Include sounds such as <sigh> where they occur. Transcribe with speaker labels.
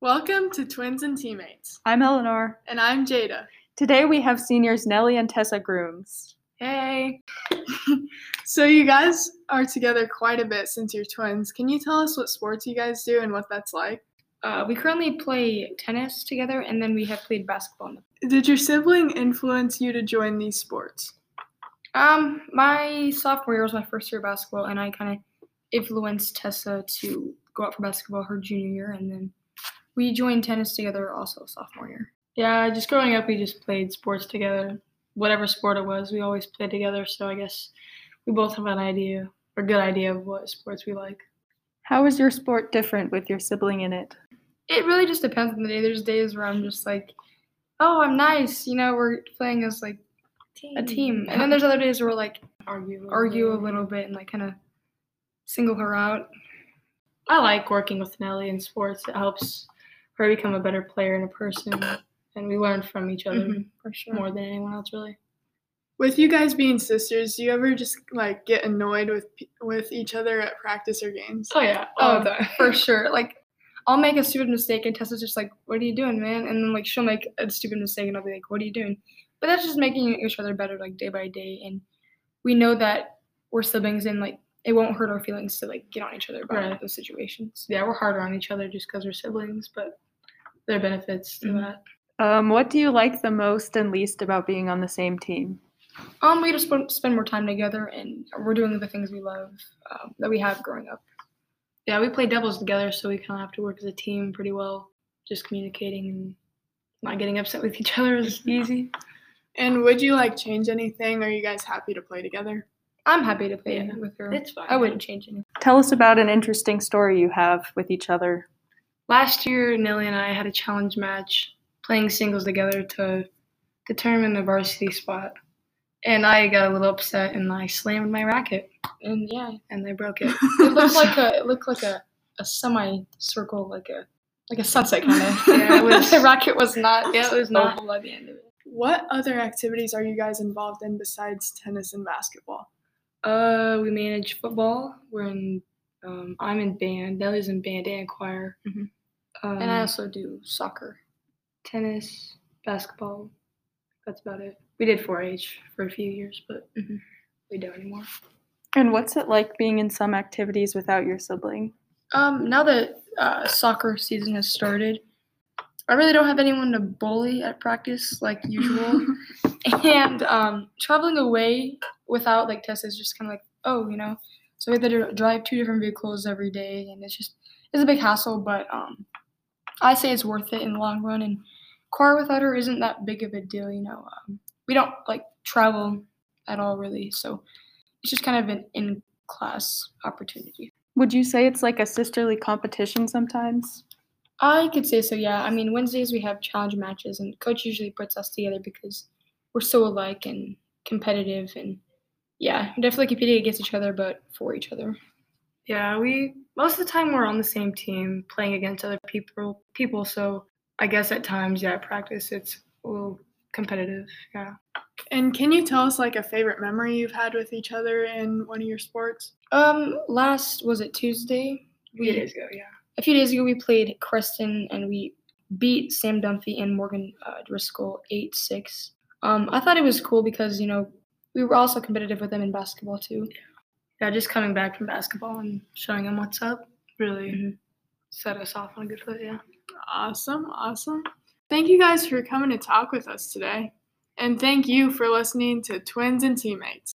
Speaker 1: Welcome to Twins and Teammates,
Speaker 2: I'm Eleanor.
Speaker 1: and I'm Jada.
Speaker 2: Today we have seniors Nellie and Tessa Grooms.
Speaker 1: Hey! so, you guys are together quite a bit since you're twins. Can you tell us what sports you guys do and what that's like?
Speaker 3: Uh, we currently play tennis together, and then we have played basketball.
Speaker 1: Did your sibling influence you to join these sports?
Speaker 3: Um, my sophomore year was my first year of basketball, and I kind of influenced Tessa to go out for basketball her junior year, and then we joined tennis together also sophomore year. Yeah, just growing up, we just played sports together. Whatever sport it was, we always played together. So I guess we both have an idea or good idea of what sports we like.
Speaker 2: How is your sport different with your sibling in it?
Speaker 3: it really just depends on the day. There's days where I'm just like, oh, I'm nice. You know, we're playing as like a team. And then there's other days where we're like argue argue a little bit and like kind of single her out. I like working with Nelly in sports. It helps her become a better player and a person. And we learn from each other Mm-hmm, for sure more than anyone else really.
Speaker 1: With you guys being sisters, do you ever just like get annoyed with pe- with each other at practice or games?
Speaker 3: Oh yeah.
Speaker 1: all
Speaker 3: Oh,
Speaker 1: the time.
Speaker 4: <laughs>
Speaker 3: for sure. Like I'll make a stupid mistake and Tessa's just like, "What are you doing, man?" And then like she'll make a stupid mistake and I'll be like, "What are you doing?" But that's just making each other better like day by day, and we know that we're siblings and like it won't hurt our feelings to like get on each other about
Speaker 4: Right.
Speaker 3: those situations.
Speaker 4: yeah, we're harder on each other just because we're siblings, but there are benefits to
Speaker 3: Mhm.
Speaker 4: that.
Speaker 2: Um, what do you like the most and least about being on the same team?
Speaker 3: Um, we just want to spend more time together, and we're doing the things we love um, that we have growing up.
Speaker 4: Yeah, we play doubles together, so we kind of have to work as a team pretty well. Just communicating and not getting upset with each other is easy.
Speaker 1: And would you like change anything? Are you guys happy to play together?
Speaker 3: I'm happy to play
Speaker 4: Yeah.
Speaker 3: with her.
Speaker 4: It's fine.
Speaker 3: I wouldn't change anything.
Speaker 2: Tell us about an interesting story you have with each other.
Speaker 4: Last year, Nelly and I had a challenge match playing singles together to determine the varsity spot. And I got a little upset and I slammed my racket
Speaker 3: And yeah,
Speaker 4: and I broke it.
Speaker 3: it looked like a it looked like a, a semicircle, like a like a sunset kind of.
Speaker 4: <laughs> Yeah, it was-
Speaker 3: <laughs> the rocket was not.
Speaker 4: Yeah, it was not-
Speaker 3: oval at the end of it.
Speaker 1: What other activities are you guys involved in besides tennis and basketball?
Speaker 4: Uh, we manage football. We're in. Um, I'm in band. Nelly's in band and choir.
Speaker 3: Mhm.
Speaker 4: Um,
Speaker 3: And I also do soccer.
Speaker 4: tennis, basketball. That's about it. We did 4-H for a few years, but
Speaker 3: Mhm.
Speaker 4: we don't anymore.
Speaker 2: And what's it like being in some activities without your sibling?
Speaker 3: Um, now that uh, soccer season has started, I really don't have anyone to bully at practice like usual. and um, traveling away without like Tessa is just kind of like, oh, you know. So we have to drive two different vehicles every day, and it's just it's a big hassle. But um, I say it's worth it in the long run. And car without her isn't that big of a deal, you know. Um, we don't like travel at all really, so it's just kind of an in class opportunity.
Speaker 2: Would you say it's like a sisterly competition sometimes?
Speaker 3: I could say so, yeah. I mean, Wednesdays we have challenge matches, and coach usually puts us together because we're so alike and competitive, and yeah, definitely competing against each other, but for each other.
Speaker 4: Yeah, we most of the time we're on the same team playing against other people. People, so I guess at times, yeah, at practice it's a little competitive. Yeah.
Speaker 1: And can you tell us like a favorite memory you've had with each other in one of your sports?
Speaker 3: Um, last was it Tuesday? We
Speaker 4: Few days ago, yeah.
Speaker 3: a few days ago we played Creston and we beat Sam Dunphy and Morgan uh, Driscoll eight six. Um, I thought it was cool because you know we were also competitive with them in basketball too.
Speaker 4: Yeah, just coming back from basketball and showing them what's up really
Speaker 3: Mhm.
Speaker 4: set us off on a good foot. Yeah.
Speaker 1: Awesome, awesome. Thank you guys for coming to talk with us today. And thank you for listening to Twins and Teammates.